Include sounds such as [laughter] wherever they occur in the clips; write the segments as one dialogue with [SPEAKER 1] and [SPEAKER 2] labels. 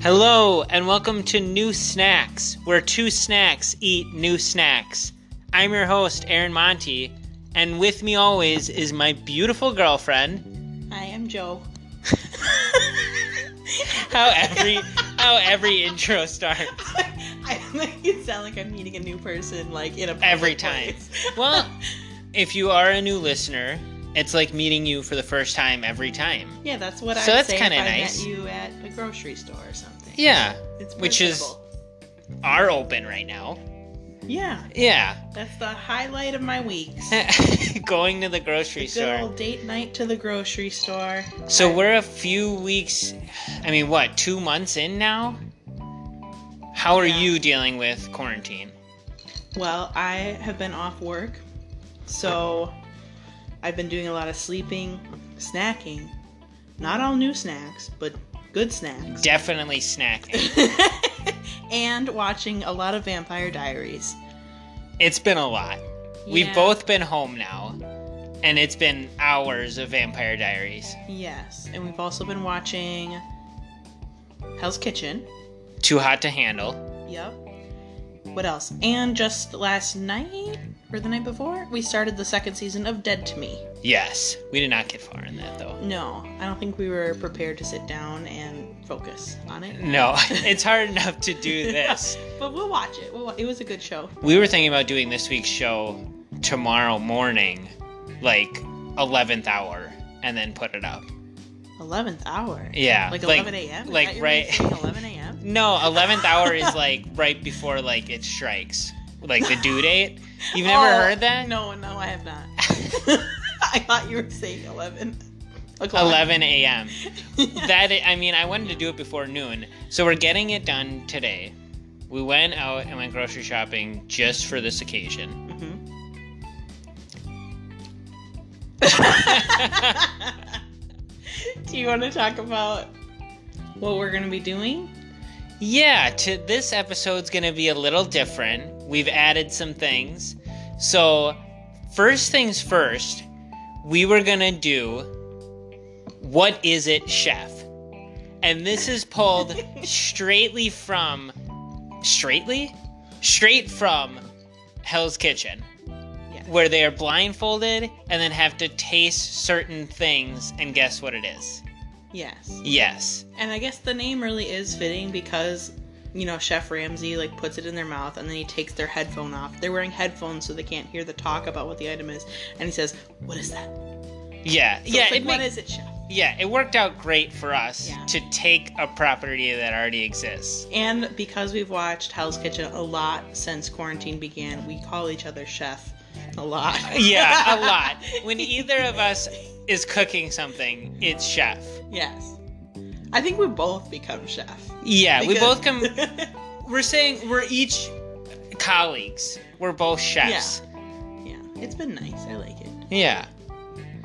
[SPEAKER 1] Hello, and welcome to New Snacks, where two snacks eat new snacks. I'm your host, Aaron Monty, and with me always is my beautiful girlfriend.
[SPEAKER 2] I
[SPEAKER 1] [laughs]
[SPEAKER 2] am Joe.
[SPEAKER 1] How
[SPEAKER 2] [laughs]
[SPEAKER 1] every how every intro starts.
[SPEAKER 2] I make it sound like I'm meeting a new person, like in a public
[SPEAKER 1] Every time.
[SPEAKER 2] place.
[SPEAKER 1] Well, if you are a new listener, it's like meeting you for the first time every time.
[SPEAKER 2] yeah, that's what I.
[SPEAKER 1] So
[SPEAKER 2] would
[SPEAKER 1] that's
[SPEAKER 2] say if
[SPEAKER 1] kinda
[SPEAKER 2] I met
[SPEAKER 1] nice.
[SPEAKER 2] you at a grocery store or something.
[SPEAKER 1] Yeah,
[SPEAKER 2] it's
[SPEAKER 1] which is-
[SPEAKER 2] personable.
[SPEAKER 1] are open right now.
[SPEAKER 2] yeah,
[SPEAKER 1] Yeah, [laughs]
[SPEAKER 2] that's the highlight of my weeks.
[SPEAKER 1] going to the
[SPEAKER 2] The
[SPEAKER 1] grocery
[SPEAKER 2] good
[SPEAKER 1] store.
[SPEAKER 2] old date night to the grocery store.
[SPEAKER 1] So we're a few weeks, I mean, what, two months in now? How are
[SPEAKER 2] Yeah.
[SPEAKER 1] you dealing with quarantine?
[SPEAKER 2] Well, I have been off work, so I've been doing a lot of sleeping, snacking. Not all new snacks, but good snacks.
[SPEAKER 1] Definitely snacking.
[SPEAKER 2] [laughs] and watching a lot of Vampire Diaries.
[SPEAKER 1] It's been a lot. We've
[SPEAKER 2] Yeah.
[SPEAKER 1] both been home now, and it's been hours of Vampire Diaries.
[SPEAKER 2] Yes, and we've also been watching Hell's Kitchen.
[SPEAKER 1] Too hot to handle.
[SPEAKER 2] Yep. What else? And just last night or the night before, we started the second season of Dead to Me.
[SPEAKER 1] Yes, we did not get far in that though.
[SPEAKER 2] No, I don't think we were prepared to sit down and focus on it.
[SPEAKER 1] No, it's hard enough to [laughs] do this.
[SPEAKER 2] [laughs] But we'll watch it. We'll wa- it was a good show.
[SPEAKER 1] We were thinking about doing this week's show tomorrow morning, like 11th hour, and then put it up.
[SPEAKER 2] 11th hour.
[SPEAKER 1] Yeah.
[SPEAKER 2] Like 11 a.m. Is
[SPEAKER 1] like,
[SPEAKER 2] that your way of
[SPEAKER 1] right-
[SPEAKER 2] saying 11
[SPEAKER 1] [laughs]
[SPEAKER 2] a.m.
[SPEAKER 1] No, 11th hour is like right before like it strikes, like the due date. You've never
[SPEAKER 2] Oh,
[SPEAKER 1] heard that?
[SPEAKER 2] No, no, I have not. [laughs] I thought you were saying 11. o'clock.
[SPEAKER 1] 11 a.m. That i I mean, I wanted to do it before noon, so we're getting it done today. We went out and went grocery shopping just for this occasion. [laughs]
[SPEAKER 2] Mm-hmm. Do you want to talk about what we're going to be doing?
[SPEAKER 1] Yeah, to this episode's going to be a little different. We've added some things. So, first things first, we were going to do What is it, chef? And this is
[SPEAKER 2] [laughs]
[SPEAKER 1] pulled straightly from straightly? Straight from Hell's Kitchen.
[SPEAKER 2] Yes.
[SPEAKER 1] Where they are blindfolded and then have to taste certain things and guess what it is.
[SPEAKER 2] Yes.
[SPEAKER 1] Yes.
[SPEAKER 2] And I guess the name really is fitting because you know Chef Ramsay like puts it in their mouth and then he takes their headphone off. They're wearing headphones so they can't hear the talk about what the item is and he says, "What is that?" So
[SPEAKER 1] Yeah.
[SPEAKER 2] it's
[SPEAKER 1] yeah,
[SPEAKER 2] like,
[SPEAKER 1] it
[SPEAKER 2] what
[SPEAKER 1] makes-
[SPEAKER 2] is it, chef?
[SPEAKER 1] Yeah, it worked out great for us
[SPEAKER 2] Yeah.
[SPEAKER 1] to take a property that already exists.
[SPEAKER 2] And because we've watched Hell's Kitchen a lot since quarantine began, we call each other chef a lot.
[SPEAKER 1] [laughs] Yeah, a lot. When either of us is cooking something, it's chef.
[SPEAKER 2] [laughs] yes. I think we both become chef.
[SPEAKER 1] Yeah, we
[SPEAKER 2] Because-
[SPEAKER 1] both
[SPEAKER 2] [laughs]
[SPEAKER 1] come. We're saying we're each colleagues. We're both chefs.
[SPEAKER 2] yeah, it's been nice. I like it.
[SPEAKER 1] Yeah.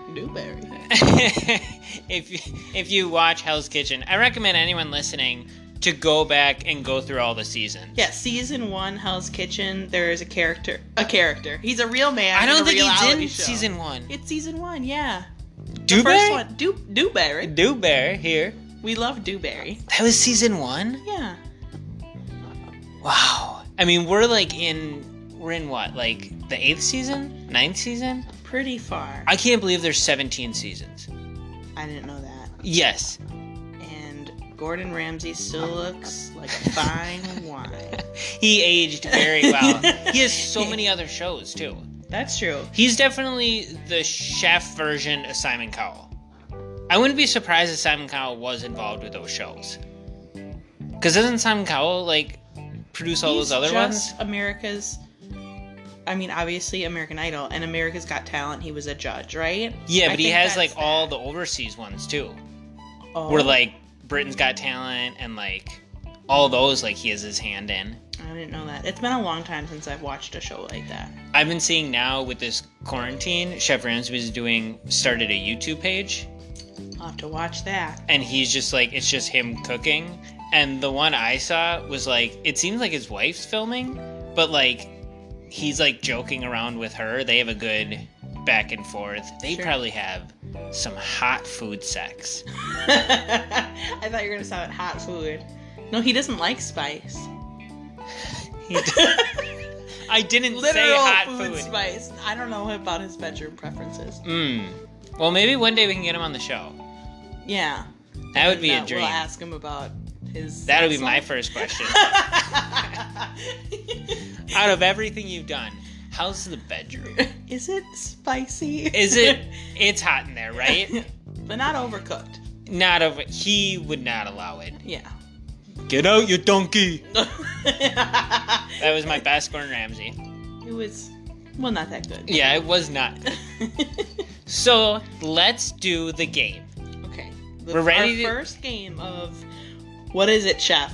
[SPEAKER 1] [laughs]
[SPEAKER 2] Newberry.
[SPEAKER 1] if you- if you watch Hell's Kitchen, I recommend anyone listening to go back and go through all the seasons.
[SPEAKER 2] Yeah, season one, Hell's Kitchen. There is a character. A character. He's a real man.
[SPEAKER 1] I
[SPEAKER 2] in
[SPEAKER 1] don't
[SPEAKER 2] a
[SPEAKER 1] think he's
[SPEAKER 2] reality
[SPEAKER 1] in
[SPEAKER 2] show.
[SPEAKER 1] season one.
[SPEAKER 2] It's season one. Yeah. The first
[SPEAKER 1] Dewberry?
[SPEAKER 2] one. Du- Dewberry.
[SPEAKER 1] Dewberry here.
[SPEAKER 2] We love Dewberry.
[SPEAKER 1] That was season one?
[SPEAKER 2] Yeah.
[SPEAKER 1] Wow. I mean, we're like in we're in what like the eighth season, ninth season.
[SPEAKER 2] Pretty far.
[SPEAKER 1] I can't believe there's 17 seasons.
[SPEAKER 2] I didn't know that.
[SPEAKER 1] Yes.
[SPEAKER 2] and Gordon
[SPEAKER 1] [laughs]
[SPEAKER 2] Ramsay still looks like a fine wine.
[SPEAKER 1] He aged very
[SPEAKER 2] [laughs]
[SPEAKER 1] well. he has so many other shows too.
[SPEAKER 2] That's true.
[SPEAKER 1] He's definitely the chef version of Simon Cowell. I wouldn't be surprised if Simon Cowell was involved with those shows. Cause doesn't Simon Cowell like produce all
[SPEAKER 2] He's
[SPEAKER 1] those other
[SPEAKER 2] just
[SPEAKER 1] ones?
[SPEAKER 2] America's. I mean, obviously American Idol and America's Got Talent. He was a judge, right?
[SPEAKER 1] Yeah,
[SPEAKER 2] I
[SPEAKER 1] but he
[SPEAKER 2] think
[SPEAKER 1] has
[SPEAKER 2] that's
[SPEAKER 1] like
[SPEAKER 2] that.
[SPEAKER 1] all the overseas ones too.
[SPEAKER 2] Oh,
[SPEAKER 1] where like Britain's Got Talent and like all those like he has his hand in.
[SPEAKER 2] I didn't know that. It's been a long time since I've watched a show like that.
[SPEAKER 1] I've been seeing now with this quarantine, Chef Ramsay is doing started a YouTube page
[SPEAKER 2] I'll have to watch that. [laughs]
[SPEAKER 1] and he's just like it's just him cooking. And the one I saw was like it seems like his wife's filming, but like he's like joking around with her. They have a good back and forth. They
[SPEAKER 2] Sure.
[SPEAKER 1] probably have some hot food sex.
[SPEAKER 2] [laughs] I thought you were gonna stop at hot food. No, he doesn't like spice. [laughs]
[SPEAKER 1] He d- I didn't say
[SPEAKER 2] Literal
[SPEAKER 1] hot
[SPEAKER 2] food,
[SPEAKER 1] food.
[SPEAKER 2] spice. I don't know about his bedroom preferences.
[SPEAKER 1] Mm. Well, maybe one day we can get him on the show.
[SPEAKER 2] Yeah.
[SPEAKER 1] That would be
[SPEAKER 2] That
[SPEAKER 1] a dream.
[SPEAKER 2] We'll ask him about his.
[SPEAKER 1] That'll be
[SPEAKER 2] sex
[SPEAKER 1] my
[SPEAKER 2] life.
[SPEAKER 1] first
[SPEAKER 2] [laughs]
[SPEAKER 1] question. Out of everything you've done, how's the bedroom?
[SPEAKER 2] Is it spicy?
[SPEAKER 1] Is
[SPEAKER 2] [laughs]
[SPEAKER 1] it? It's hot in there, right?
[SPEAKER 2] but not overcooked.
[SPEAKER 1] Not over. He would not allow it.
[SPEAKER 2] Yeah. [laughs]
[SPEAKER 1] Get out, you donkey.
[SPEAKER 2] it
[SPEAKER 1] That was my best Gordon Ramsay.
[SPEAKER 2] was, well, not that good. [laughs]
[SPEAKER 1] Yeah, it was not. So let's do the game.
[SPEAKER 2] okay. The,
[SPEAKER 1] We're ready to-
[SPEAKER 2] Our first game of what is it, chef?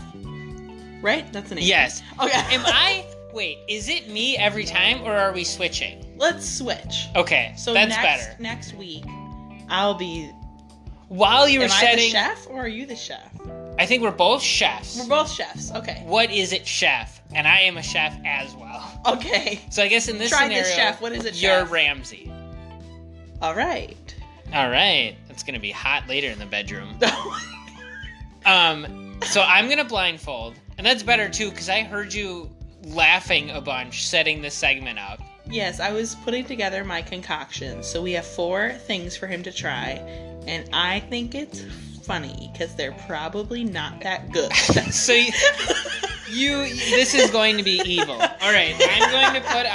[SPEAKER 2] Right? That's the name.
[SPEAKER 1] Yes.
[SPEAKER 2] Okay.
[SPEAKER 1] Am I? Wait, is it me every time, or are we switching?
[SPEAKER 2] Let's switch.
[SPEAKER 1] Okay,
[SPEAKER 2] So
[SPEAKER 1] that's
[SPEAKER 2] next
[SPEAKER 1] better.
[SPEAKER 2] next week, I'll be.
[SPEAKER 1] While you were
[SPEAKER 2] Am I the
[SPEAKER 1] setting,
[SPEAKER 2] chef or are you the chef?
[SPEAKER 1] I think we're both chefs.
[SPEAKER 2] We're both chefs. Okay.
[SPEAKER 1] what is it, chef? And I am a chef as well.
[SPEAKER 2] Okay.
[SPEAKER 1] So I guess in this
[SPEAKER 2] Try
[SPEAKER 1] scenario,
[SPEAKER 2] this, chef. What is it,
[SPEAKER 1] you're
[SPEAKER 2] chef?
[SPEAKER 1] Ramsey.
[SPEAKER 2] All right. [laughs]
[SPEAKER 1] All right, that's gonna be hot later in the bedroom. Um, so I'm gonna blindfold, and that's better too because I heard you laughing a bunch setting this segment up.
[SPEAKER 2] Yes, I was putting together my concoction. So we have four things for him to try, and I think it's funny because they're probably not that good.
[SPEAKER 1] So
[SPEAKER 2] [laughs]
[SPEAKER 1] you, you, this is going to be evil. All right, I'm going to put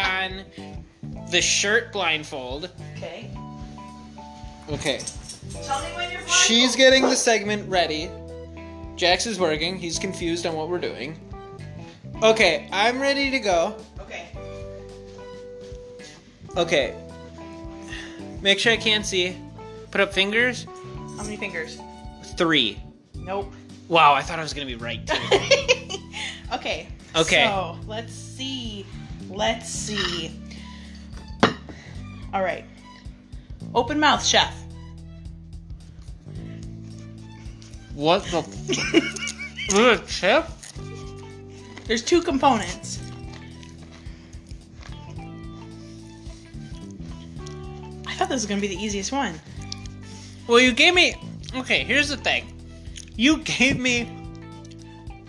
[SPEAKER 1] on the shirt blindfold.
[SPEAKER 2] okay.
[SPEAKER 1] Okay,
[SPEAKER 2] Tell me when you're
[SPEAKER 1] she's getting the segment ready. Jax is working. He's confused on what we're doing. Okay, I'm ready to go.
[SPEAKER 2] Okay.
[SPEAKER 1] Okay. Make sure I can't see. Put up fingers.
[SPEAKER 2] How many fingers?
[SPEAKER 1] Three.
[SPEAKER 2] Nope.
[SPEAKER 1] Wow, I thought I was gonna be right too.
[SPEAKER 2] [laughs] okay.
[SPEAKER 1] Okay.
[SPEAKER 2] So let's see. Let's see. All right. Open mouth, chef.
[SPEAKER 1] What the? Is it a chip?
[SPEAKER 2] There's two components. I thought this was gonna be the easiest one.
[SPEAKER 1] Well, you gave me. Okay, here's the thing. You gave me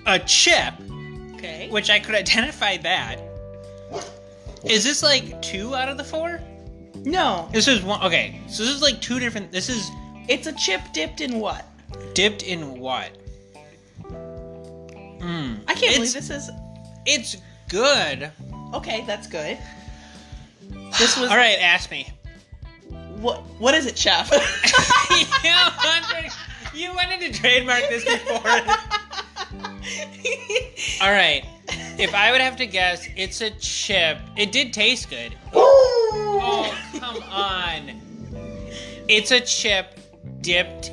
[SPEAKER 1] a chip,
[SPEAKER 2] Okay.
[SPEAKER 1] which I could identify that. Is this like two out of the four?
[SPEAKER 2] No,
[SPEAKER 1] This is one. Okay, so this is like two different. This is
[SPEAKER 2] it's a chip dipped in what?
[SPEAKER 1] dipped in what? Mm.
[SPEAKER 2] I can't
[SPEAKER 1] It's-
[SPEAKER 2] believe this is.
[SPEAKER 1] It's good.
[SPEAKER 2] Okay, that's good. This was
[SPEAKER 1] All right, ask me.
[SPEAKER 2] what? What is it, chef?
[SPEAKER 1] [laughs] you, wanted, you wanted to trademark this before.
[SPEAKER 2] [laughs]
[SPEAKER 1] All right. If I would have to guess, it's a chip. It did taste good. Oh, come on. It's a chip dipped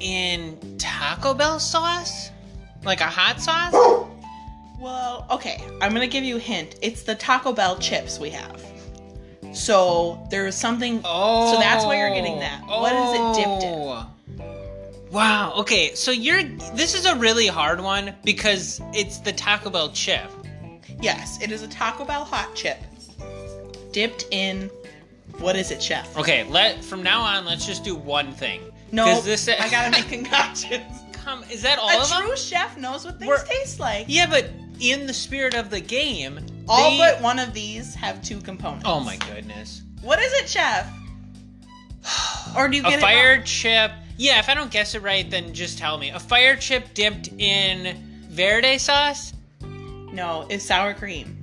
[SPEAKER 1] in Taco Bell sauce? Like a hot sauce?
[SPEAKER 2] Well, okay, I'm gonna give you a hint. It's the Taco Bell chips we have. So there is something.
[SPEAKER 1] Oh.
[SPEAKER 2] So that's why you're getting that. What is it dipped in?
[SPEAKER 1] in? Oh. Wow. Okay. So you're this is a really hard one because it's the Taco Bell chip.
[SPEAKER 2] Yes, it is a Taco Bell hot chip dipped in. What is it, chef?
[SPEAKER 1] Okay, let from now on let's just do one thing.
[SPEAKER 2] No,
[SPEAKER 1] 'Cause this-
[SPEAKER 2] I
[SPEAKER 1] [laughs]
[SPEAKER 2] gotta make concoctions.
[SPEAKER 1] Come, is that all
[SPEAKER 2] a
[SPEAKER 1] of them?
[SPEAKER 2] true chef knows what things
[SPEAKER 1] We're-
[SPEAKER 2] taste like.
[SPEAKER 1] Yeah, but in the spirit of the game,
[SPEAKER 2] All
[SPEAKER 1] they-
[SPEAKER 2] but one of these have two components.
[SPEAKER 1] Oh my goodness.
[SPEAKER 2] What is it, chef? Or do you get
[SPEAKER 1] A
[SPEAKER 2] it
[SPEAKER 1] fire chip. Yeah, if I don't guess it right, then just tell me. A fire chip dipped in verde sauce?
[SPEAKER 2] wrong? No, it's sour cream.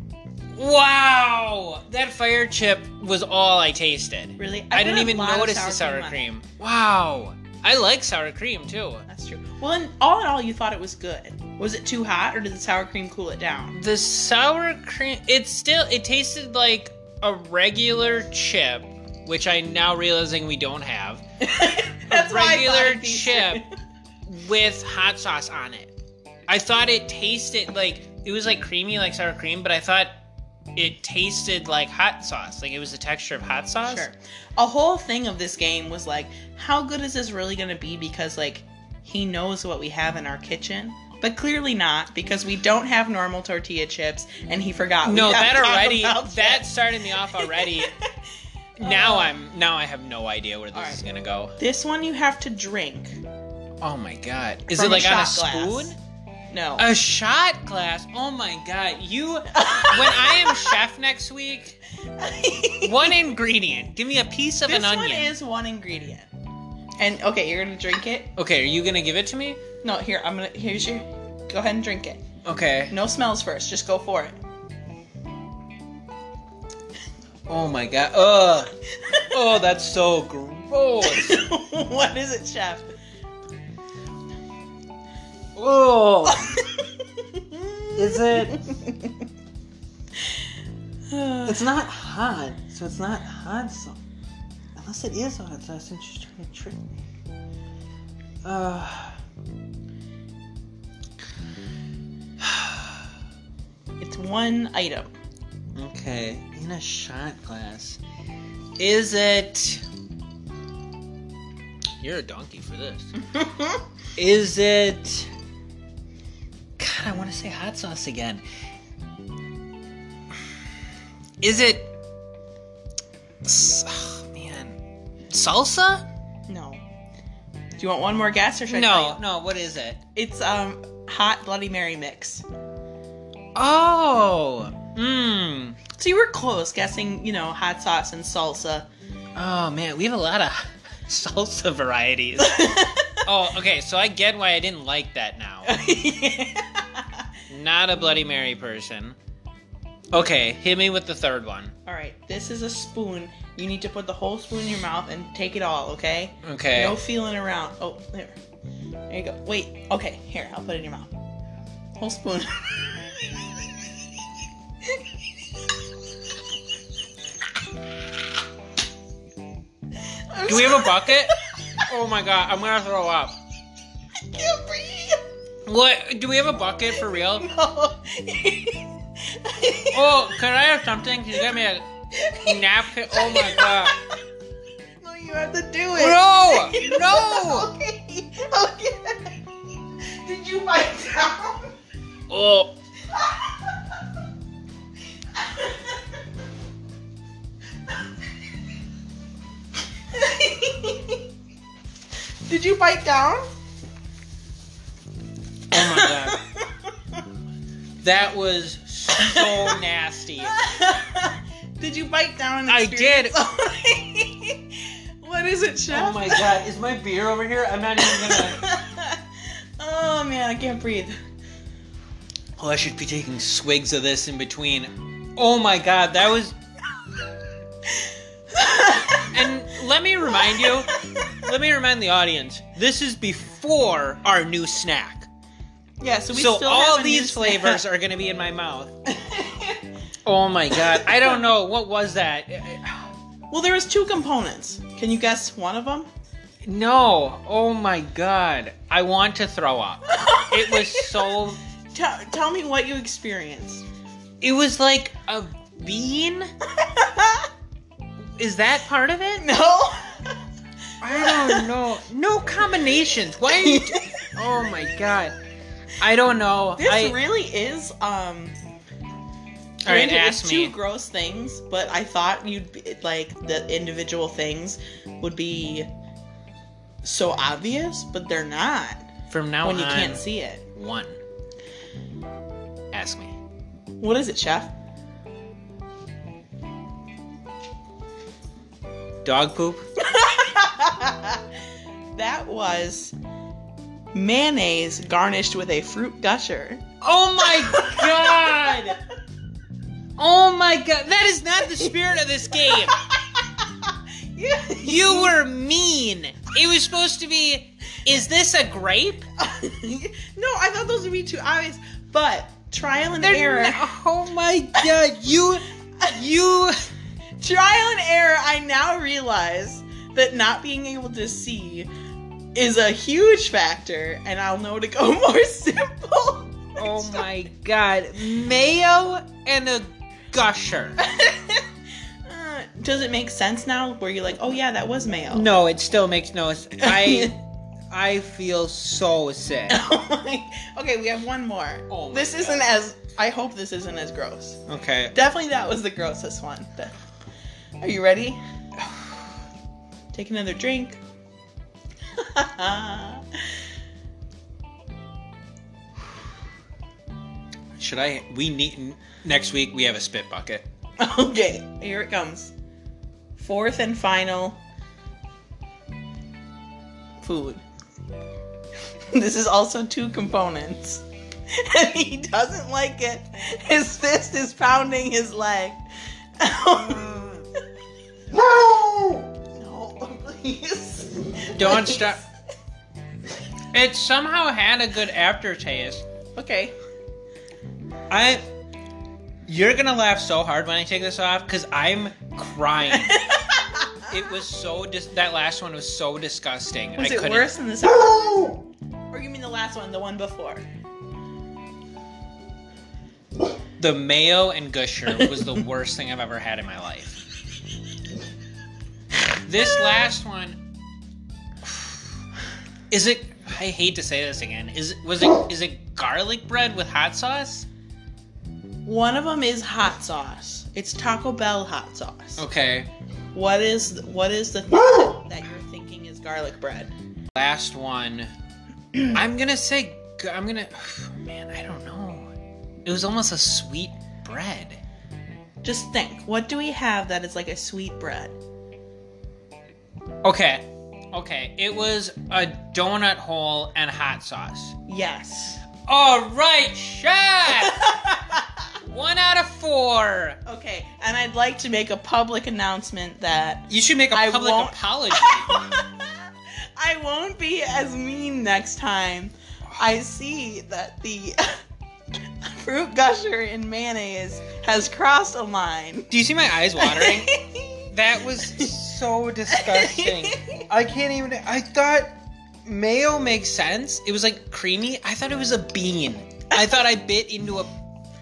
[SPEAKER 1] Wow! That fire chip was all I tasted.
[SPEAKER 2] Really?
[SPEAKER 1] I,
[SPEAKER 2] put
[SPEAKER 1] didn't
[SPEAKER 2] a
[SPEAKER 1] even
[SPEAKER 2] lot of
[SPEAKER 1] notice the sour
[SPEAKER 2] on it.
[SPEAKER 1] cream. Wow. I like sour cream too.
[SPEAKER 2] That's true. Well, in, all in all, you thought it was good. Was it too hot, or did the sour cream cool
[SPEAKER 1] [laughs]
[SPEAKER 2] it down?
[SPEAKER 1] The sour cream, it's still, it tasted like a regular chip, which I'm now realizing we don't have.
[SPEAKER 2] That's why I thought
[SPEAKER 1] regular
[SPEAKER 2] it'd be
[SPEAKER 1] chip.
[SPEAKER 2] true.
[SPEAKER 1] with hot sauce on it. I thought it tasted like it was like creamy, like sour cream, but I thought it tasted like hot sauce. Like it was the texture of hot sauce.
[SPEAKER 2] [laughs] Sure. A whole thing of this game was like, how good is this really going to be? Because, like, he knows what we have in our kitchen. But clearly not, because we don't have normal tortilla chips, and he forgot. we
[SPEAKER 1] No,
[SPEAKER 2] have
[SPEAKER 1] that
[SPEAKER 2] Taco
[SPEAKER 1] already
[SPEAKER 2] Bell chips.
[SPEAKER 1] that started me off
[SPEAKER 2] [laughs]
[SPEAKER 1] already. now
[SPEAKER 2] Oh.
[SPEAKER 1] I'm now I have no idea where this
[SPEAKER 2] Alright.
[SPEAKER 1] is gonna go.
[SPEAKER 2] This one you have to drink.
[SPEAKER 1] Oh my god. Is it
[SPEAKER 2] From a
[SPEAKER 1] like on a
[SPEAKER 2] shot glass.
[SPEAKER 1] spoon? Uh,
[SPEAKER 2] No. [laughs]
[SPEAKER 1] A shot glass. Oh my god. You when I [laughs] am chef next week, one ingredient. Give me a piece of
[SPEAKER 2] this
[SPEAKER 1] an
[SPEAKER 2] one
[SPEAKER 1] onion.
[SPEAKER 2] is one ingredient. And okay, you're gonna drink it.
[SPEAKER 1] okay, are you going to give it to me?
[SPEAKER 2] No, here I'm gonna. Here's your. Go ahead and drink it.
[SPEAKER 1] Okay.
[SPEAKER 2] No smells first. Just go for it.
[SPEAKER 1] Oh my god. Ugh. Oh, that's so gross.
[SPEAKER 2] [laughs] what is it, chef?
[SPEAKER 1] Oh. Is it [laughs] It's not hot, so it's not hot sauce. Unless it is hot sauce, I'm just trying to trick me. [sighs] Uh,
[SPEAKER 2] [sighs] It's one item.
[SPEAKER 1] okay, in a shot glass. Is it. You're a donkey for this. [laughs] Is it. God, I want to say hot sauce again. Is it. s- Oh, man. Salsa?
[SPEAKER 2] no. Do you want one more guess or should I
[SPEAKER 1] No,
[SPEAKER 2] tell you?
[SPEAKER 1] no, what is it?
[SPEAKER 2] It's um hot Bloody Mary mix.
[SPEAKER 1] Oh. Mmm.
[SPEAKER 2] So you were close guessing, you know, hot sauce
[SPEAKER 1] [laughs]
[SPEAKER 2] and salsa. [laughs]
[SPEAKER 1] Oh man, we have a lot of [laughs] salsa varieties. oh, okay. So I get why I didn't like that [laughs] now. Not a Bloody Mary person. Okay, hit me with the third one.
[SPEAKER 2] All right, this is a spoon. You need to put the whole spoon in your mouth and take it all, okay?
[SPEAKER 1] Okay.
[SPEAKER 2] No feeling around. Oh, there. There you go. Wait. Okay, here. I'll put it in your mouth. Whole spoon.
[SPEAKER 1] Do we have a
[SPEAKER 2] [laughs]
[SPEAKER 1] bucket? oh my god, I'm gonna throw up.
[SPEAKER 2] I can't breathe.
[SPEAKER 1] What? Do we have a bucket for real?
[SPEAKER 2] [laughs] No.
[SPEAKER 1] Oh, can I have something? Can you get me a napkin? Oh my god.
[SPEAKER 2] No, you have to do it.
[SPEAKER 1] No!
[SPEAKER 2] [laughs]
[SPEAKER 1] No!
[SPEAKER 2] okay. Okay. Did you bite down? [laughs]
[SPEAKER 1] Oh.
[SPEAKER 2] Did you bite down?
[SPEAKER 1] Oh my god.
[SPEAKER 2] [laughs]
[SPEAKER 1] That was [laughs] so nasty.
[SPEAKER 2] [laughs] did you bite down? and
[SPEAKER 1] I did.
[SPEAKER 2] experience- [laughs] what is it, chef?
[SPEAKER 1] Oh my god, is my beer over here? I'm not even gonna.
[SPEAKER 2] [laughs] oh man, I can't breathe.
[SPEAKER 1] [laughs] Oh, I should be taking swigs of this in between. Oh my god, that was. [laughs] And let me remind you, let me remind the audience, this is before our new snack.
[SPEAKER 2] yeah, so we
[SPEAKER 1] so
[SPEAKER 2] still
[SPEAKER 1] all
[SPEAKER 2] have a new
[SPEAKER 1] these
[SPEAKER 2] snack.
[SPEAKER 1] flavors are gonna be in my mouth. Oh my god, I don't know. What was that?
[SPEAKER 2] [laughs] well, there was two components. Can you guess one
[SPEAKER 1] [laughs]
[SPEAKER 2] of them?
[SPEAKER 1] No. Oh my god. I want to throw up. It was so.
[SPEAKER 2] Tell, tell me what
[SPEAKER 1] [laughs]
[SPEAKER 2] you experienced. [laughs]
[SPEAKER 1] It was like a bean? Is that part of it?
[SPEAKER 2] no.
[SPEAKER 1] I don't know. No combinations. Why? Are you oh my god. I don't know.
[SPEAKER 2] [laughs] This
[SPEAKER 1] I,
[SPEAKER 2] really is um.
[SPEAKER 1] all right,
[SPEAKER 2] granted, it's
[SPEAKER 1] ask me.
[SPEAKER 2] two gross things, but I thought you'd be, like the individual things would be so obvious, but they're not
[SPEAKER 1] From now
[SPEAKER 2] when you
[SPEAKER 1] on,
[SPEAKER 2] can't see it.
[SPEAKER 1] one. Ask me.
[SPEAKER 2] What is it, chef?
[SPEAKER 1] Dog poop.
[SPEAKER 2] That was mayonnaise garnished with a fruit gusher.
[SPEAKER 1] Oh my
[SPEAKER 2] [laughs]
[SPEAKER 1] god. Oh my god. That is not the spirit of this game. You were mean. It was supposed to be. Is this a grape?
[SPEAKER 2] [laughs] no, I thought those would be too obvious, but trial and
[SPEAKER 1] They're
[SPEAKER 2] error.
[SPEAKER 1] not- oh my god. You. You.
[SPEAKER 2] trial and error, I now realize that not being able to see is a huge factor, and I'll know to go [laughs] more simple.
[SPEAKER 1] [laughs] Oh my god. Mayo and a gusher.
[SPEAKER 2] [laughs] Uh, Does it make sense now? Where you're like, oh yeah, that was mayo. [laughs]
[SPEAKER 1] No, it still makes no sense. [laughs] I I feel so sick.
[SPEAKER 2] okay, we have one more.
[SPEAKER 1] Oh my
[SPEAKER 2] this
[SPEAKER 1] God.
[SPEAKER 2] isn't as. I hope this isn't as gross.
[SPEAKER 1] Okay.
[SPEAKER 2] Definitely that was the grossest one. The- Are you ready? [sighs] Take
[SPEAKER 1] [laughs]
[SPEAKER 2] another drink. [laughs]
[SPEAKER 1] Should I? We need next week. We have a spit bucket.
[SPEAKER 2] [laughs] Okay, here it comes. Fourth and final food. [laughs] This is also two components. [laughs] And he doesn't like it. His fist is pounding his leg. no, [laughs] please.
[SPEAKER 1] Don't
[SPEAKER 2] Please.
[SPEAKER 1] stop. It somehow had a good aftertaste.
[SPEAKER 2] Okay.
[SPEAKER 1] I. You're gonna laugh so hard when I take this off because I'm
[SPEAKER 2] [laughs]
[SPEAKER 1] crying. it was so dis- that last one was so disgusting.
[SPEAKER 2] Was
[SPEAKER 1] I
[SPEAKER 2] it
[SPEAKER 1] couldn't-
[SPEAKER 2] worse than the second? one? or you mean the last one, the one before?
[SPEAKER 1] The mayo and gusher was the worst thing I've ever had in my life. This last one is it. I hate to say this again. Is it was it is it garlic bread with hot sauce?
[SPEAKER 2] One of them is hot sauce. It's Taco Bell hot sauce.
[SPEAKER 1] Okay.
[SPEAKER 2] What is what is the thing that you're thinking is garlic bread?
[SPEAKER 1] Last
[SPEAKER 2] [clears throat]
[SPEAKER 1] one. I'm gonna say gu- I'm gonna. [sighs] Man, I don't know. It was almost a sweet bread.
[SPEAKER 2] Just think, what do we have that is like a sweet bread?
[SPEAKER 1] Okay. Okay. It was a donut hole and hot sauce.
[SPEAKER 2] Yes. [laughs]
[SPEAKER 1] All right, shot. One out of four.
[SPEAKER 2] okay, and I'd like to make a public announcement that [laughs]
[SPEAKER 1] You should make a
[SPEAKER 2] I
[SPEAKER 1] public
[SPEAKER 2] won't- [laughs]
[SPEAKER 1] apology.
[SPEAKER 2] I won't be as mean next time. I see that the [laughs] fruit gusher in mayonnaise has crossed a line.
[SPEAKER 1] Do you see my eyes
[SPEAKER 2] [laughs]
[SPEAKER 1] watering? that was so
[SPEAKER 2] [laughs]
[SPEAKER 1] disgusting. I can't even. I thought mayo makes sense. It was like creamy. I thought it was a bean. I thought I bit into a.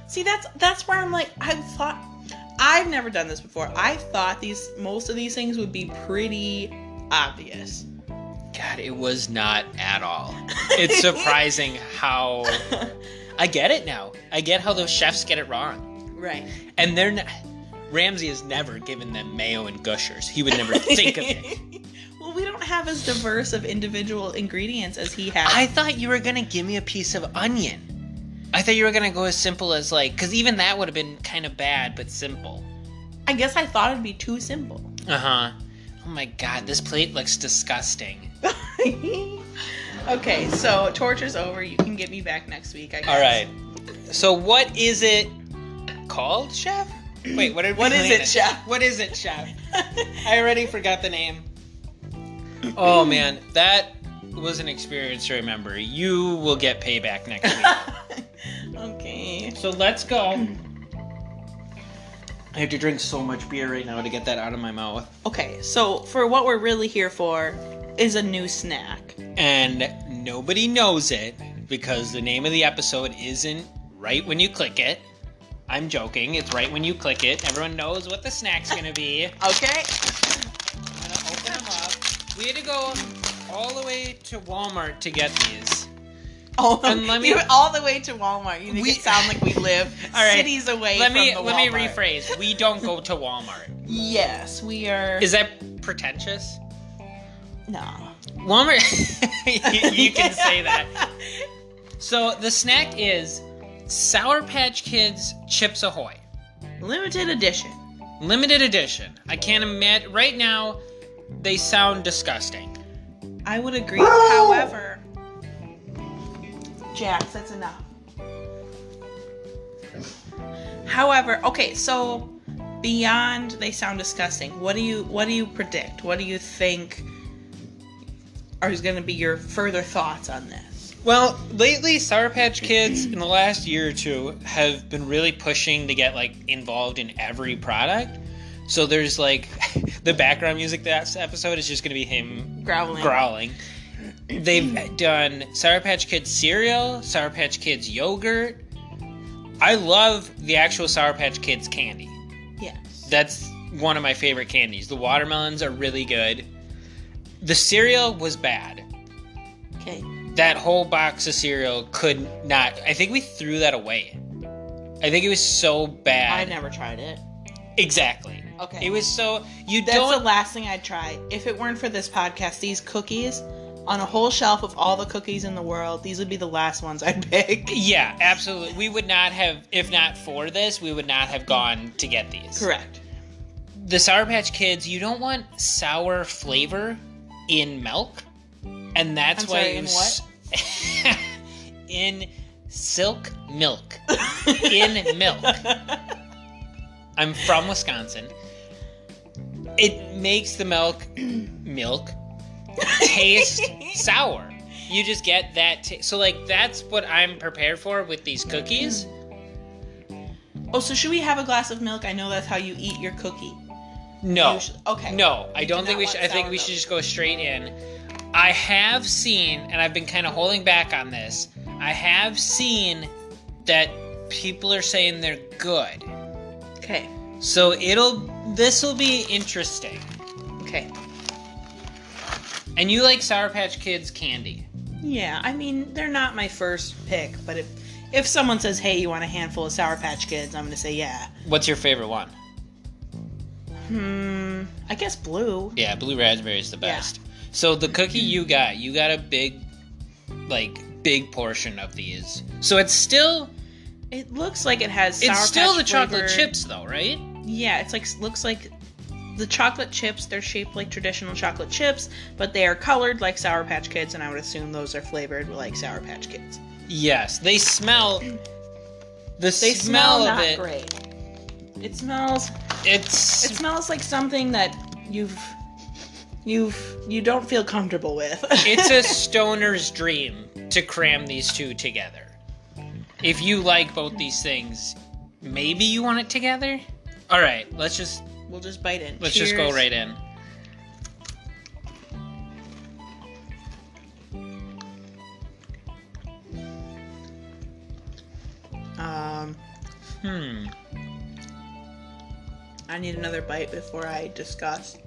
[SPEAKER 2] See, that's that's where I'm like, I thought I've never done this before. I thought these most of these things would be pretty obvious.
[SPEAKER 1] God, it was not at all. It's surprising how. I get it now. I get how those chefs get it wrong.
[SPEAKER 2] Right.
[SPEAKER 1] And they're not. Ramsey has never given them mayo and gushers. He would never think of it. [laughs]
[SPEAKER 2] well, we don't have as diverse of individual ingredients as he has.
[SPEAKER 1] I thought you were gonna give me a piece of onion. I thought you were gonna go as simple as like, because even that would have been kind of bad, but simple.
[SPEAKER 2] I guess I thought it'd be
[SPEAKER 1] [laughs]
[SPEAKER 2] too simple.
[SPEAKER 1] Uh huh. Oh my god, this plate looks disgusting.
[SPEAKER 2] okay, so torture's over. You can get me back next week. I guess.
[SPEAKER 1] All right. So what is it called, chef? Wait, what? Did we
[SPEAKER 2] What is
[SPEAKER 1] name
[SPEAKER 2] it, chef?
[SPEAKER 1] What is it, chef? I already forgot the name. Oh man, that was an experience to remember. You will get payback next [laughs] week.
[SPEAKER 2] [laughs] okay.
[SPEAKER 1] So let's go. I have to drink so much beer right now to get that out of my mouth.
[SPEAKER 2] Okay, so for what we're really here for is a new snack.
[SPEAKER 1] And nobody knows it because the name of the episode isn't right when you click it. I'm joking. It's right when you click it. Everyone knows what the snack's gonna be.
[SPEAKER 2] [laughs]
[SPEAKER 1] I'm
[SPEAKER 2] Okay.
[SPEAKER 1] gonna open them up. We had to go all the way to Walmart to get these.
[SPEAKER 2] All,
[SPEAKER 1] And let me-
[SPEAKER 2] you went all the way to Walmart. You make
[SPEAKER 1] We-
[SPEAKER 2] it sound like we live
[SPEAKER 1] [laughs] All right,
[SPEAKER 2] cities away
[SPEAKER 1] Let
[SPEAKER 2] from
[SPEAKER 1] me
[SPEAKER 2] the
[SPEAKER 1] let me
[SPEAKER 2] Walmart.
[SPEAKER 1] rephrase. We don't go to Walmart.
[SPEAKER 2] [laughs] Yes, we are.
[SPEAKER 1] Is that pretentious?
[SPEAKER 2] no.
[SPEAKER 1] Walmart. [laughs] you, you can say that. So the snack is Sour Patch Kids Chips Ahoy.
[SPEAKER 2] [laughs] Limited edition.
[SPEAKER 1] Limited edition. I can't imagine. Right now, they sound disgusting.
[SPEAKER 2] I would agree. However, Jax, that's enough. However, okay, so beyond they sound disgusting. What do you what do you predict? What do you think are going to be your further thoughts on this?
[SPEAKER 1] Well, lately, Sour Patch Kids in the last year or two have been really pushing to get like involved in every product. So there's like [laughs] the background music that episode is just gonna be him
[SPEAKER 2] Groveling.
[SPEAKER 1] growling. They've done Sour Patch Kids cereal, Sour Patch Kids yogurt. I love the actual Sour Patch Kids candy.
[SPEAKER 2] Yes.
[SPEAKER 1] That's one of my favorite candies. The watermelons are really good. The cereal was bad.
[SPEAKER 2] Okay.
[SPEAKER 1] That whole box of cereal could not. I think we threw that away. I think it was so bad.
[SPEAKER 2] I never tried it.
[SPEAKER 1] Exactly.
[SPEAKER 2] Okay.
[SPEAKER 1] It was so. You
[SPEAKER 2] That's
[SPEAKER 1] don't.
[SPEAKER 2] the last thing I'd try. If it weren't for this podcast, these cookies, on a whole shelf of all the cookies in the world, these would be the last ones I'd [laughs] pick.
[SPEAKER 1] Yeah, absolutely. We would not have, if not for this, we would not have gone to get these.
[SPEAKER 2] Correct.
[SPEAKER 1] The Sour Patch Kids, you don't want sour flavor in milk, and that's
[SPEAKER 2] I'm
[SPEAKER 1] why
[SPEAKER 2] sorry,
[SPEAKER 1] you
[SPEAKER 2] in
[SPEAKER 1] s- [laughs] in silk milk
[SPEAKER 2] [laughs]
[SPEAKER 1] in milk. I'm from Wisconsin. It makes the milk [clears throat] milk
[SPEAKER 2] [laughs]
[SPEAKER 1] taste sour. You just get that. ta so like that's what I'm prepared for with these cookies.
[SPEAKER 2] [laughs] Oh, so should we have a glass of milk? I know that's how you eat your cookie.
[SPEAKER 1] No,
[SPEAKER 2] Usually- Okay.
[SPEAKER 1] no, I don't
[SPEAKER 2] do
[SPEAKER 1] think
[SPEAKER 2] not
[SPEAKER 1] we should.
[SPEAKER 2] want
[SPEAKER 1] I think we
[SPEAKER 2] sourdough.
[SPEAKER 1] should just go straight in. I have seen, and I've been kind of holding back on this. I have seen that people are saying they're good.
[SPEAKER 2] Okay.
[SPEAKER 1] So it'll this will be interesting.
[SPEAKER 2] Okay.
[SPEAKER 1] And you like Sour Patch Kids candy?
[SPEAKER 2] Yeah, I mean they're not my first pick, but if if someone says, "Hey, you want a handful of Sour Patch Kids?" I'm gonna say, "Yeah."
[SPEAKER 1] What's your favorite one?
[SPEAKER 2] Hmm. I guess blue.
[SPEAKER 1] Yeah, blue raspberry is the
[SPEAKER 2] Yeah.
[SPEAKER 1] best. So the cookie you got, you got a big, like big portion of these. So it's still
[SPEAKER 2] It looks like it has.
[SPEAKER 1] it's
[SPEAKER 2] Sour
[SPEAKER 1] still
[SPEAKER 2] Patch
[SPEAKER 1] the chocolate
[SPEAKER 2] flavored-
[SPEAKER 1] chips though, right?
[SPEAKER 2] Yeah, it's like looks like the chocolate chips. They're shaped like traditional chocolate chips, but they are colored like Sour Patch Kids, and I would assume those are flavored like Sour Patch Kids.
[SPEAKER 1] Yes, they smell. The
[SPEAKER 2] They smell,
[SPEAKER 1] smell, of
[SPEAKER 2] not
[SPEAKER 1] it.
[SPEAKER 2] great. It smells.
[SPEAKER 1] It's,
[SPEAKER 2] [laughs] It smells like something that you've you've you don't feel comfortable with. [laughs]
[SPEAKER 1] it's a stoner's dream to cram these two together. If you like both these things, maybe you want it together. All right, let's just
[SPEAKER 2] we'll just bite in.
[SPEAKER 1] let's just go
[SPEAKER 2] Cheers.
[SPEAKER 1] right in.
[SPEAKER 2] Um,
[SPEAKER 1] Hmm.
[SPEAKER 2] I need another bite before I discuss.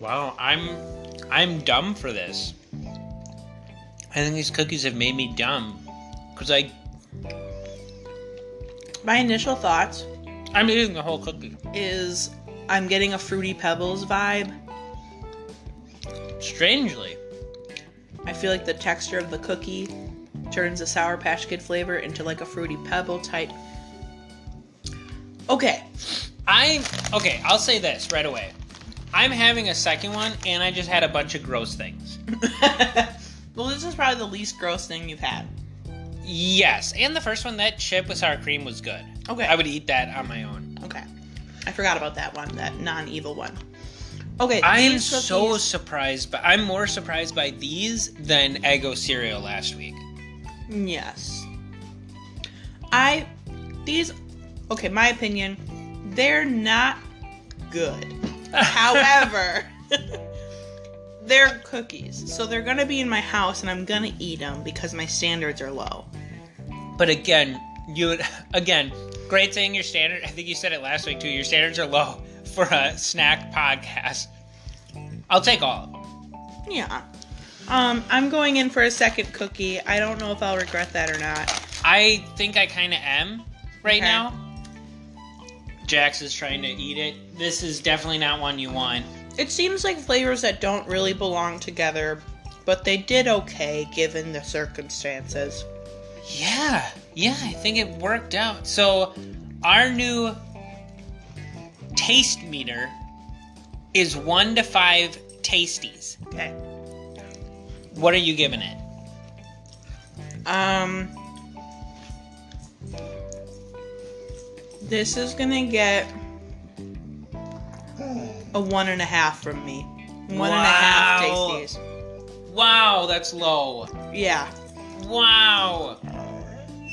[SPEAKER 1] Wow, I'm I'm dumb for this. I think these cookies have made me dumb because I
[SPEAKER 2] My initial thoughts
[SPEAKER 1] I'm eating the whole cookie
[SPEAKER 2] is I'm getting a fruity pebbles vibe.
[SPEAKER 1] strangely.
[SPEAKER 2] I feel like the texture of the cookie turns the Sour Patch Kid flavor into like a fruity pebble type. Okay, [laughs]
[SPEAKER 1] I okay, I'll say this right away. I'm having a second one, and I just had a bunch of gross things.
[SPEAKER 2] well, this is probably the least gross thing you've had.
[SPEAKER 1] Yes, and the first one, that chip with sour cream, was good.
[SPEAKER 2] Okay,
[SPEAKER 1] I would eat that on my own.
[SPEAKER 2] okay, I forgot about that one, that non-evil one. Okay,
[SPEAKER 1] I am
[SPEAKER 2] these
[SPEAKER 1] so
[SPEAKER 2] cookies-
[SPEAKER 1] surprised, but I'm more surprised by these than Eggo cereal last week.
[SPEAKER 2] Yes. I these okay, my opinion, they're not good. However, [laughs] they're cookies. So they're going to be in my house and I'm going to eat them because my standards are low.
[SPEAKER 1] [laughs] But again, you again, great saying your standard. I think you said it last week too. Your standards are low for a snack podcast. I'll take all. of them.
[SPEAKER 2] Yeah. Um I'm going in for a second cookie. I don't know if I'll regret that or not.
[SPEAKER 1] I think I kind of am right
[SPEAKER 2] Okay.
[SPEAKER 1] now. Jax is trying to eat it. This is definitely not one you want.
[SPEAKER 2] It seems like flavors that don't really belong together, but they did okay given the circumstances.
[SPEAKER 1] Yeah, yeah, I think it worked out. So, our new taste meter is one to five tasties.
[SPEAKER 2] Okay.
[SPEAKER 1] What are you giving it?
[SPEAKER 2] Um, this is gonna get a one and a half from me. One and a half
[SPEAKER 1] Wow.
[SPEAKER 2] tasties.
[SPEAKER 1] Wow, that's low.
[SPEAKER 2] Yeah.
[SPEAKER 1] Wow.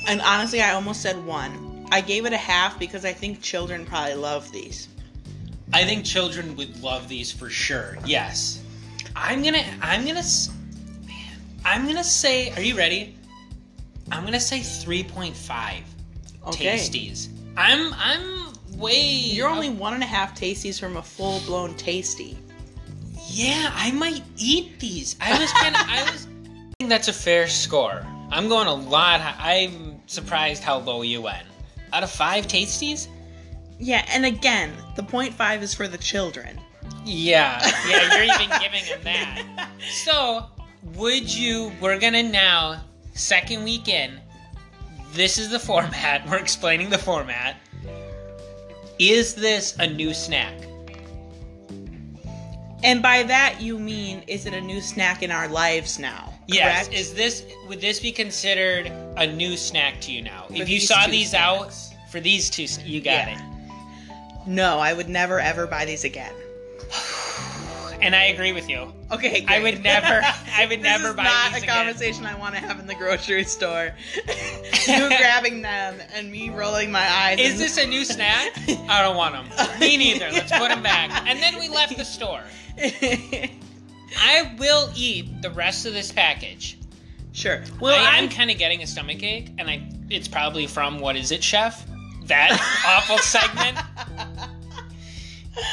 [SPEAKER 2] And honestly, I almost said one. I gave it a half because I think children probably love these.
[SPEAKER 1] I think children would love these for sure. Yes. I'm gonna. I'm gonna. s- Man, I'm gonna say. Are you ready? I'm gonna say 3.5
[SPEAKER 2] Okay.
[SPEAKER 1] tasties. I'm. I'm way.
[SPEAKER 2] You're
[SPEAKER 1] up-
[SPEAKER 2] only one and a half tasties from a full blown tasty.
[SPEAKER 1] Yeah, I might eat these. I was kind of. I was. [laughs] I think that's a fair score. I'm going a lot. hi- I'm surprised how low you went. Out of five tasties,
[SPEAKER 2] Yeah, and again, the point five is for the children.
[SPEAKER 3] Yeah.
[SPEAKER 1] Yeah, you're even giving them that. [laughs] So, would you? We're gonna now second week in. This is the format. [laughs] We're explaining the format. Is this a new snack?
[SPEAKER 2] and by that you mean, is it a new snack in our lives now?
[SPEAKER 1] Yes.
[SPEAKER 2] correct?
[SPEAKER 1] Is this? Would this be considered a new snack to you now?
[SPEAKER 2] For
[SPEAKER 1] if you
[SPEAKER 2] these
[SPEAKER 1] saw
[SPEAKER 2] two
[SPEAKER 1] these
[SPEAKER 2] snacks.
[SPEAKER 1] out for these two, s- you got
[SPEAKER 2] Yeah. No, I would never ever buy these again.
[SPEAKER 1] it. And I agree with you.
[SPEAKER 2] Okay,
[SPEAKER 1] I
[SPEAKER 2] good.
[SPEAKER 1] would never- [laughs] I would
[SPEAKER 2] [laughs] This
[SPEAKER 1] never
[SPEAKER 2] is
[SPEAKER 1] buy
[SPEAKER 2] not
[SPEAKER 1] these
[SPEAKER 2] a
[SPEAKER 1] again.
[SPEAKER 2] conversation I want to have in the
[SPEAKER 1] [laughs]
[SPEAKER 2] grocery store. you grabbing them and me rolling my eyes.
[SPEAKER 1] Is
[SPEAKER 2] and-
[SPEAKER 1] this a
[SPEAKER 2] [laughs]
[SPEAKER 1] new snack? I don't want them. Me neither. Let's put them back. And then we left the store. I will eat the rest of this package.
[SPEAKER 2] [laughs] sure.
[SPEAKER 1] Well, I am
[SPEAKER 2] I'm
[SPEAKER 1] kind of getting a stomach ache, and I it's probably from what is it, Chef? [laughs] That awful segment. [sighs]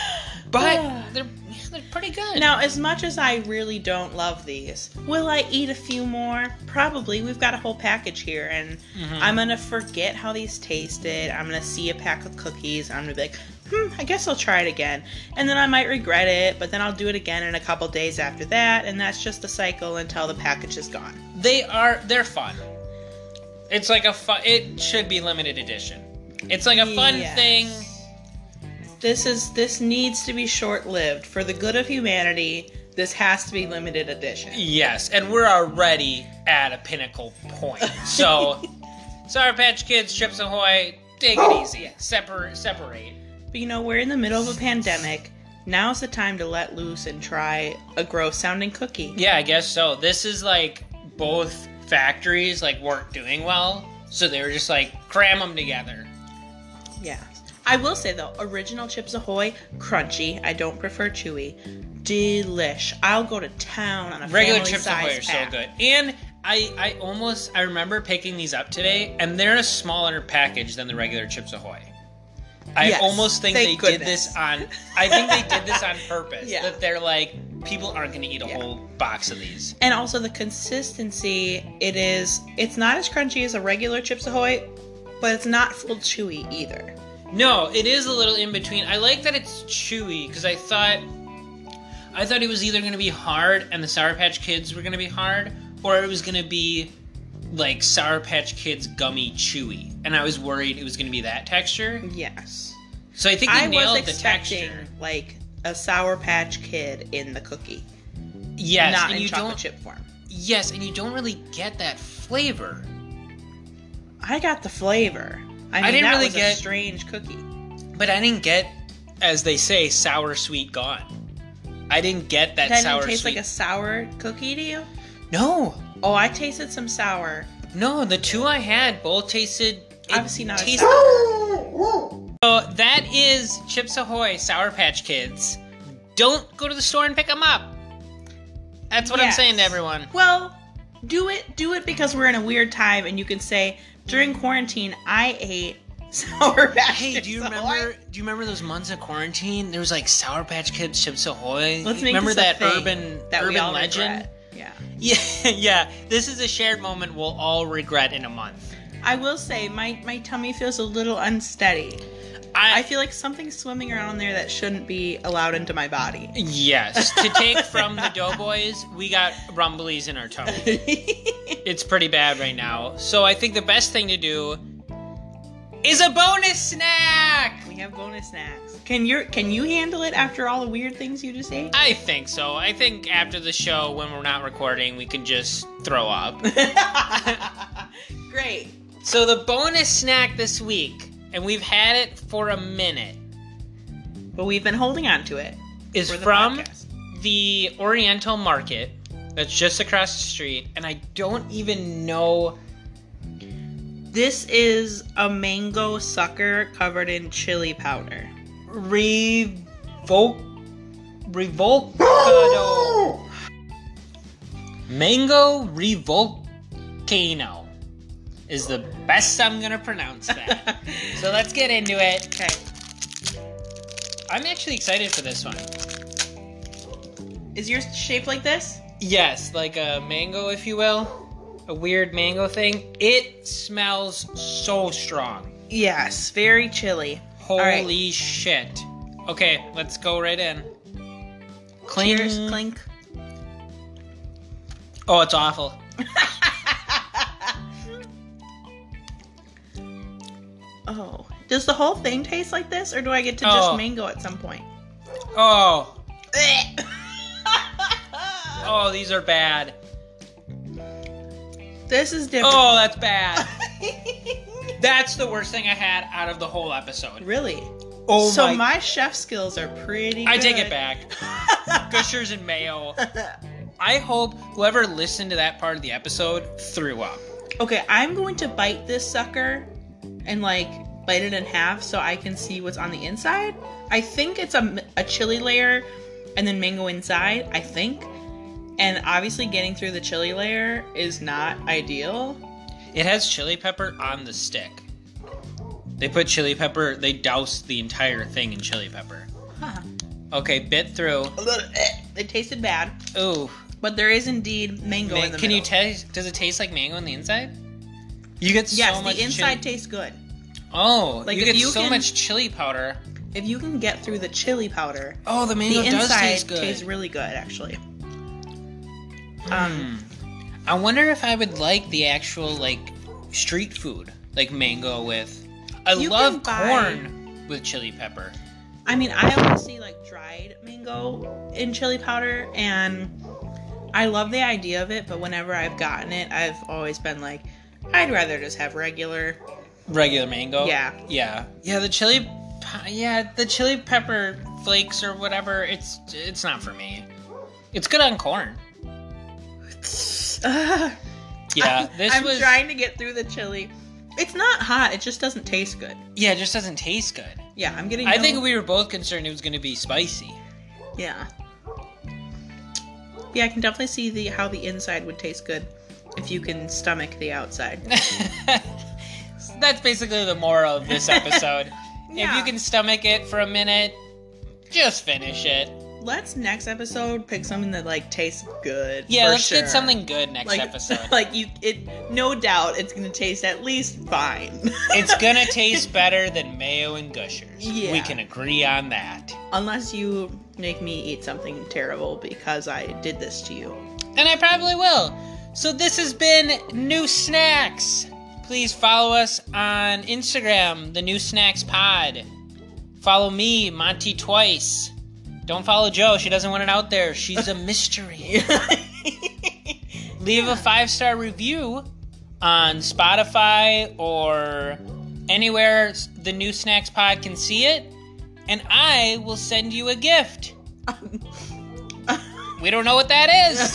[SPEAKER 1] But they're they're pretty good.
[SPEAKER 2] Now, as much as I really don't love these, will I eat a few more? Probably. We've got a whole package here, and I'm gonna forget how these tasted. I'm gonna see a pack of cookies. I'm gonna be like, hmm, I guess I'll try it again, and then I might regret it. But then I'll do it again in a couple days after that, and that's just a cycle until the package is gone.
[SPEAKER 1] they are they're fun. It's like a fun. It should be limited edition. It's like a fun
[SPEAKER 2] Yes.
[SPEAKER 1] thing.
[SPEAKER 2] This is this needs to be short-lived for the good of humanity. This has to be limited edition.
[SPEAKER 1] Yes, and we're already at a pinnacle point. [laughs] So, Sour Patch Kids, Chips Ahoy, take [gasps] it easy. Separ- separate.
[SPEAKER 2] But you know, we're in the middle of a pandemic. Now's the time to let loose and try a gross sounding cookie.
[SPEAKER 1] Yeah, I guess so. This is like both factories like weren't doing well, so they were just like cram them together.
[SPEAKER 2] Yeah. I will say though, original Chips Ahoy, crunchy. I don't prefer chewy. Delish. I'll go to town on a
[SPEAKER 1] Regular
[SPEAKER 2] family
[SPEAKER 1] Chips
[SPEAKER 2] size
[SPEAKER 1] Ahoy are so
[SPEAKER 2] pack.
[SPEAKER 1] good. And I I almost I remember picking these up today, and they're a smaller package than the regular Chips Ahoy. I
[SPEAKER 2] Yes,
[SPEAKER 1] almost think they
[SPEAKER 2] thank
[SPEAKER 1] did
[SPEAKER 2] goodness.
[SPEAKER 1] this on. I think they did
[SPEAKER 2] [laughs]
[SPEAKER 1] this on purpose.
[SPEAKER 2] Yeah.
[SPEAKER 1] That they're like people aren't going to eat a
[SPEAKER 2] Yeah.
[SPEAKER 1] whole box of these.
[SPEAKER 2] And also the consistency, it is it's not as crunchy as a regular Chips Ahoy, but it's not full chewy either.
[SPEAKER 1] No, it is a little in between. I like that it's chewy because I thought, I thought it was either going to be hard and the Sour Patch Kids were going to be hard, or it was going to be like Sour Patch Kids gummy chewy, and I was worried it was going to be that texture.
[SPEAKER 2] Yes.
[SPEAKER 1] So I think they
[SPEAKER 2] I was
[SPEAKER 1] nailed the
[SPEAKER 2] expecting
[SPEAKER 1] texture.
[SPEAKER 2] like a sour patch kid in the cookie.
[SPEAKER 1] Yes,
[SPEAKER 2] not
[SPEAKER 1] and
[SPEAKER 2] in
[SPEAKER 1] you
[SPEAKER 2] chocolate
[SPEAKER 1] don't.
[SPEAKER 2] chip form.
[SPEAKER 1] Yes, and you don't really get that flavor.
[SPEAKER 2] I got the flavor. I, mean,
[SPEAKER 1] didn't
[SPEAKER 2] that
[SPEAKER 1] really
[SPEAKER 2] was
[SPEAKER 1] get-
[SPEAKER 2] a strange cookie.
[SPEAKER 1] But I didn't get, as they say, sour sweet gone. I didn't get that,
[SPEAKER 2] That
[SPEAKER 1] sour
[SPEAKER 2] didn't taste
[SPEAKER 1] sweet.
[SPEAKER 2] like a sour cookie to you?
[SPEAKER 1] no,
[SPEAKER 2] Oh, I tasted some sour.
[SPEAKER 1] No, the two I had both tasted. it
[SPEAKER 2] Obviously not as
[SPEAKER 1] tasted- So that is Chips Ahoy Sour Patch Kids. Don't go to the store and pick them up. That's what I'm
[SPEAKER 2] Yes.
[SPEAKER 1] saying to everyone.
[SPEAKER 2] Well, do it, do it because we're in a weird time, and you can say during quarantine I ate [laughs] sour patch.
[SPEAKER 1] Hey,
[SPEAKER 2] [laughs]
[SPEAKER 1] do you
[SPEAKER 2] Kids.
[SPEAKER 1] remember? Do you remember those months of quarantine? There was like Sour Patch Kids, Chips Ahoy.
[SPEAKER 2] Let's make
[SPEAKER 1] remember
[SPEAKER 2] this
[SPEAKER 1] that
[SPEAKER 2] a thing
[SPEAKER 1] urban
[SPEAKER 2] that
[SPEAKER 1] urban
[SPEAKER 2] we all
[SPEAKER 1] legend? [laughs]
[SPEAKER 2] regret. Yeah.
[SPEAKER 1] Yeah, yeah. This is a shared moment we'll all regret in a month.
[SPEAKER 2] I will say my my tummy feels a little unsteady. I feel like something's swimming around there that shouldn't be allowed into my body. [laughs]
[SPEAKER 1] Yes, to take from the [laughs] Doughboys, we got rumblies in our tummy. It's pretty bad right now. So I think the best thing to do is a bonus snack.
[SPEAKER 2] We have bonus snacks. Can your can you handle it after all the weird things you just ate?
[SPEAKER 1] I think so. I think after the show, when we're not recording, we can just throw
[SPEAKER 2] [laughs]
[SPEAKER 1] up.
[SPEAKER 2] Great.
[SPEAKER 1] so the bonus snack this week, and we've had it for a minute,
[SPEAKER 2] But we've been holding on to it.
[SPEAKER 1] is
[SPEAKER 2] for the
[SPEAKER 1] from
[SPEAKER 2] podcast.
[SPEAKER 1] the Oriental Market. That's just across the street, and I don't even know.
[SPEAKER 2] This is a mango sucker covered in chili powder.
[SPEAKER 1] Revolt.
[SPEAKER 2] [gasps] [laughs]
[SPEAKER 1] Revolcado. Mango Revolcano is the best I'm gonna pronounce that.
[SPEAKER 2] [laughs] okay.
[SPEAKER 1] so let's get into it. I'm actually excited for this one.
[SPEAKER 2] Is yours shaped like this?
[SPEAKER 1] Yes, like a mango, if you will. A weird mango thing. It smells so strong.
[SPEAKER 2] Yes, very chili.
[SPEAKER 1] Holy
[SPEAKER 2] right.
[SPEAKER 1] shit. Okay, let's go right in. Clean.
[SPEAKER 2] Cheers, clink.
[SPEAKER 1] Oh, it's awful.
[SPEAKER 2] oh, does the whole thing taste like this, or do I get to
[SPEAKER 1] Oh.
[SPEAKER 2] just mango at some point?
[SPEAKER 1] Oh, oh, these are bad.
[SPEAKER 2] this is different.
[SPEAKER 1] Oh, that's bad. That's the worst thing I had out of the whole episode.
[SPEAKER 2] [laughs] really?
[SPEAKER 1] Oh
[SPEAKER 2] so
[SPEAKER 1] my.
[SPEAKER 2] my chef skills are pretty.
[SPEAKER 1] I take it
[SPEAKER 2] good. [laughs]
[SPEAKER 1] back. Gushers and mayo. I hope whoever listened to that part of the episode threw up.
[SPEAKER 2] okay, I'm going to bite this sucker and like bite it in half so I can see what's on the inside. I think it's a, a chili layer and then mango inside, I think. And obviously, getting through the chili layer is not
[SPEAKER 1] [laughs]
[SPEAKER 2] ideal.
[SPEAKER 1] It has chili pepper on the stick. They put chili pepper, they doused the entire thing in chili pepper.
[SPEAKER 2] Huh.
[SPEAKER 1] Okay, bit through.
[SPEAKER 2] eh, It tasted bad,
[SPEAKER 1] Ooh.
[SPEAKER 2] but there is indeed mango
[SPEAKER 1] Ma-
[SPEAKER 2] in the
[SPEAKER 1] can you
[SPEAKER 2] middle.
[SPEAKER 1] taste? Does it taste like mango on the inside? You get so
[SPEAKER 2] Yes,
[SPEAKER 1] much
[SPEAKER 2] the
[SPEAKER 1] chili-
[SPEAKER 2] inside tastes good.
[SPEAKER 1] oh,
[SPEAKER 2] like,
[SPEAKER 1] you
[SPEAKER 2] if
[SPEAKER 1] get
[SPEAKER 2] you
[SPEAKER 1] so
[SPEAKER 2] can-
[SPEAKER 1] much chili powder.
[SPEAKER 2] If you can get through the chili powder,
[SPEAKER 1] Oh, the mango
[SPEAKER 2] the
[SPEAKER 1] does
[SPEAKER 2] inside
[SPEAKER 1] taste good.
[SPEAKER 2] tastes really good, actually. Um,
[SPEAKER 1] Hmm. I wonder if I would like the actual like street food, like mango with. I
[SPEAKER 2] You
[SPEAKER 1] love
[SPEAKER 2] can buy-
[SPEAKER 1] corn with chili pepper.
[SPEAKER 2] I mean, I always see like dried mango in chili powder, and I love the idea of it, but whenever I've gotten it, I've always been like, I'd rather just have regular. [laughs]
[SPEAKER 1] Regular mango.
[SPEAKER 2] Yeah.
[SPEAKER 1] Yeah. Yeah. The chili. pe- Yeah, the chili pepper flakes or whatever. It's it's not for me. It's good on corn.
[SPEAKER 2] Ugh.
[SPEAKER 1] Yeah. This
[SPEAKER 2] [laughs] I'm
[SPEAKER 1] was.
[SPEAKER 2] trying to get through the chili. It's not hot, it just doesn't taste good.
[SPEAKER 1] Yeah, it just doesn't taste good.
[SPEAKER 2] Yeah, I'm getting.
[SPEAKER 1] I
[SPEAKER 2] no-
[SPEAKER 1] think we were both concerned it was going to be spicy.
[SPEAKER 2] Yeah. Yeah, I can definitely see the how the inside would taste good if you can stomach the outside.
[SPEAKER 1] [laughs] That's basically the moral of [laughs] this episode. If
[SPEAKER 2] Yeah.
[SPEAKER 1] you can stomach it for a minute, just finish it.
[SPEAKER 2] Let's next episode pick something that like tastes good.
[SPEAKER 1] Yeah,
[SPEAKER 2] for
[SPEAKER 1] let's
[SPEAKER 2] sure.
[SPEAKER 1] get something good next
[SPEAKER 2] [laughs] like,
[SPEAKER 1] episode.
[SPEAKER 2] [laughs] Like you, it no doubt it's gonna taste at least fine, [laughs]
[SPEAKER 1] it's gonna taste better than mayo and gushers. We
[SPEAKER 2] Yeah.
[SPEAKER 1] can agree on that.
[SPEAKER 2] unless you make me eat something terrible because I did this to you.
[SPEAKER 1] And I probably will. So this has been New Snacks. Please follow us on Instagram, the New Snacks Pod. Follow me, Monty Twice. Don't follow Joe, she doesn't want it out there. She's a mystery. leave a five star review on Spotify or anywhere s- the New Snacks Pod can see it, and I will send you a gift. we don't know what that is.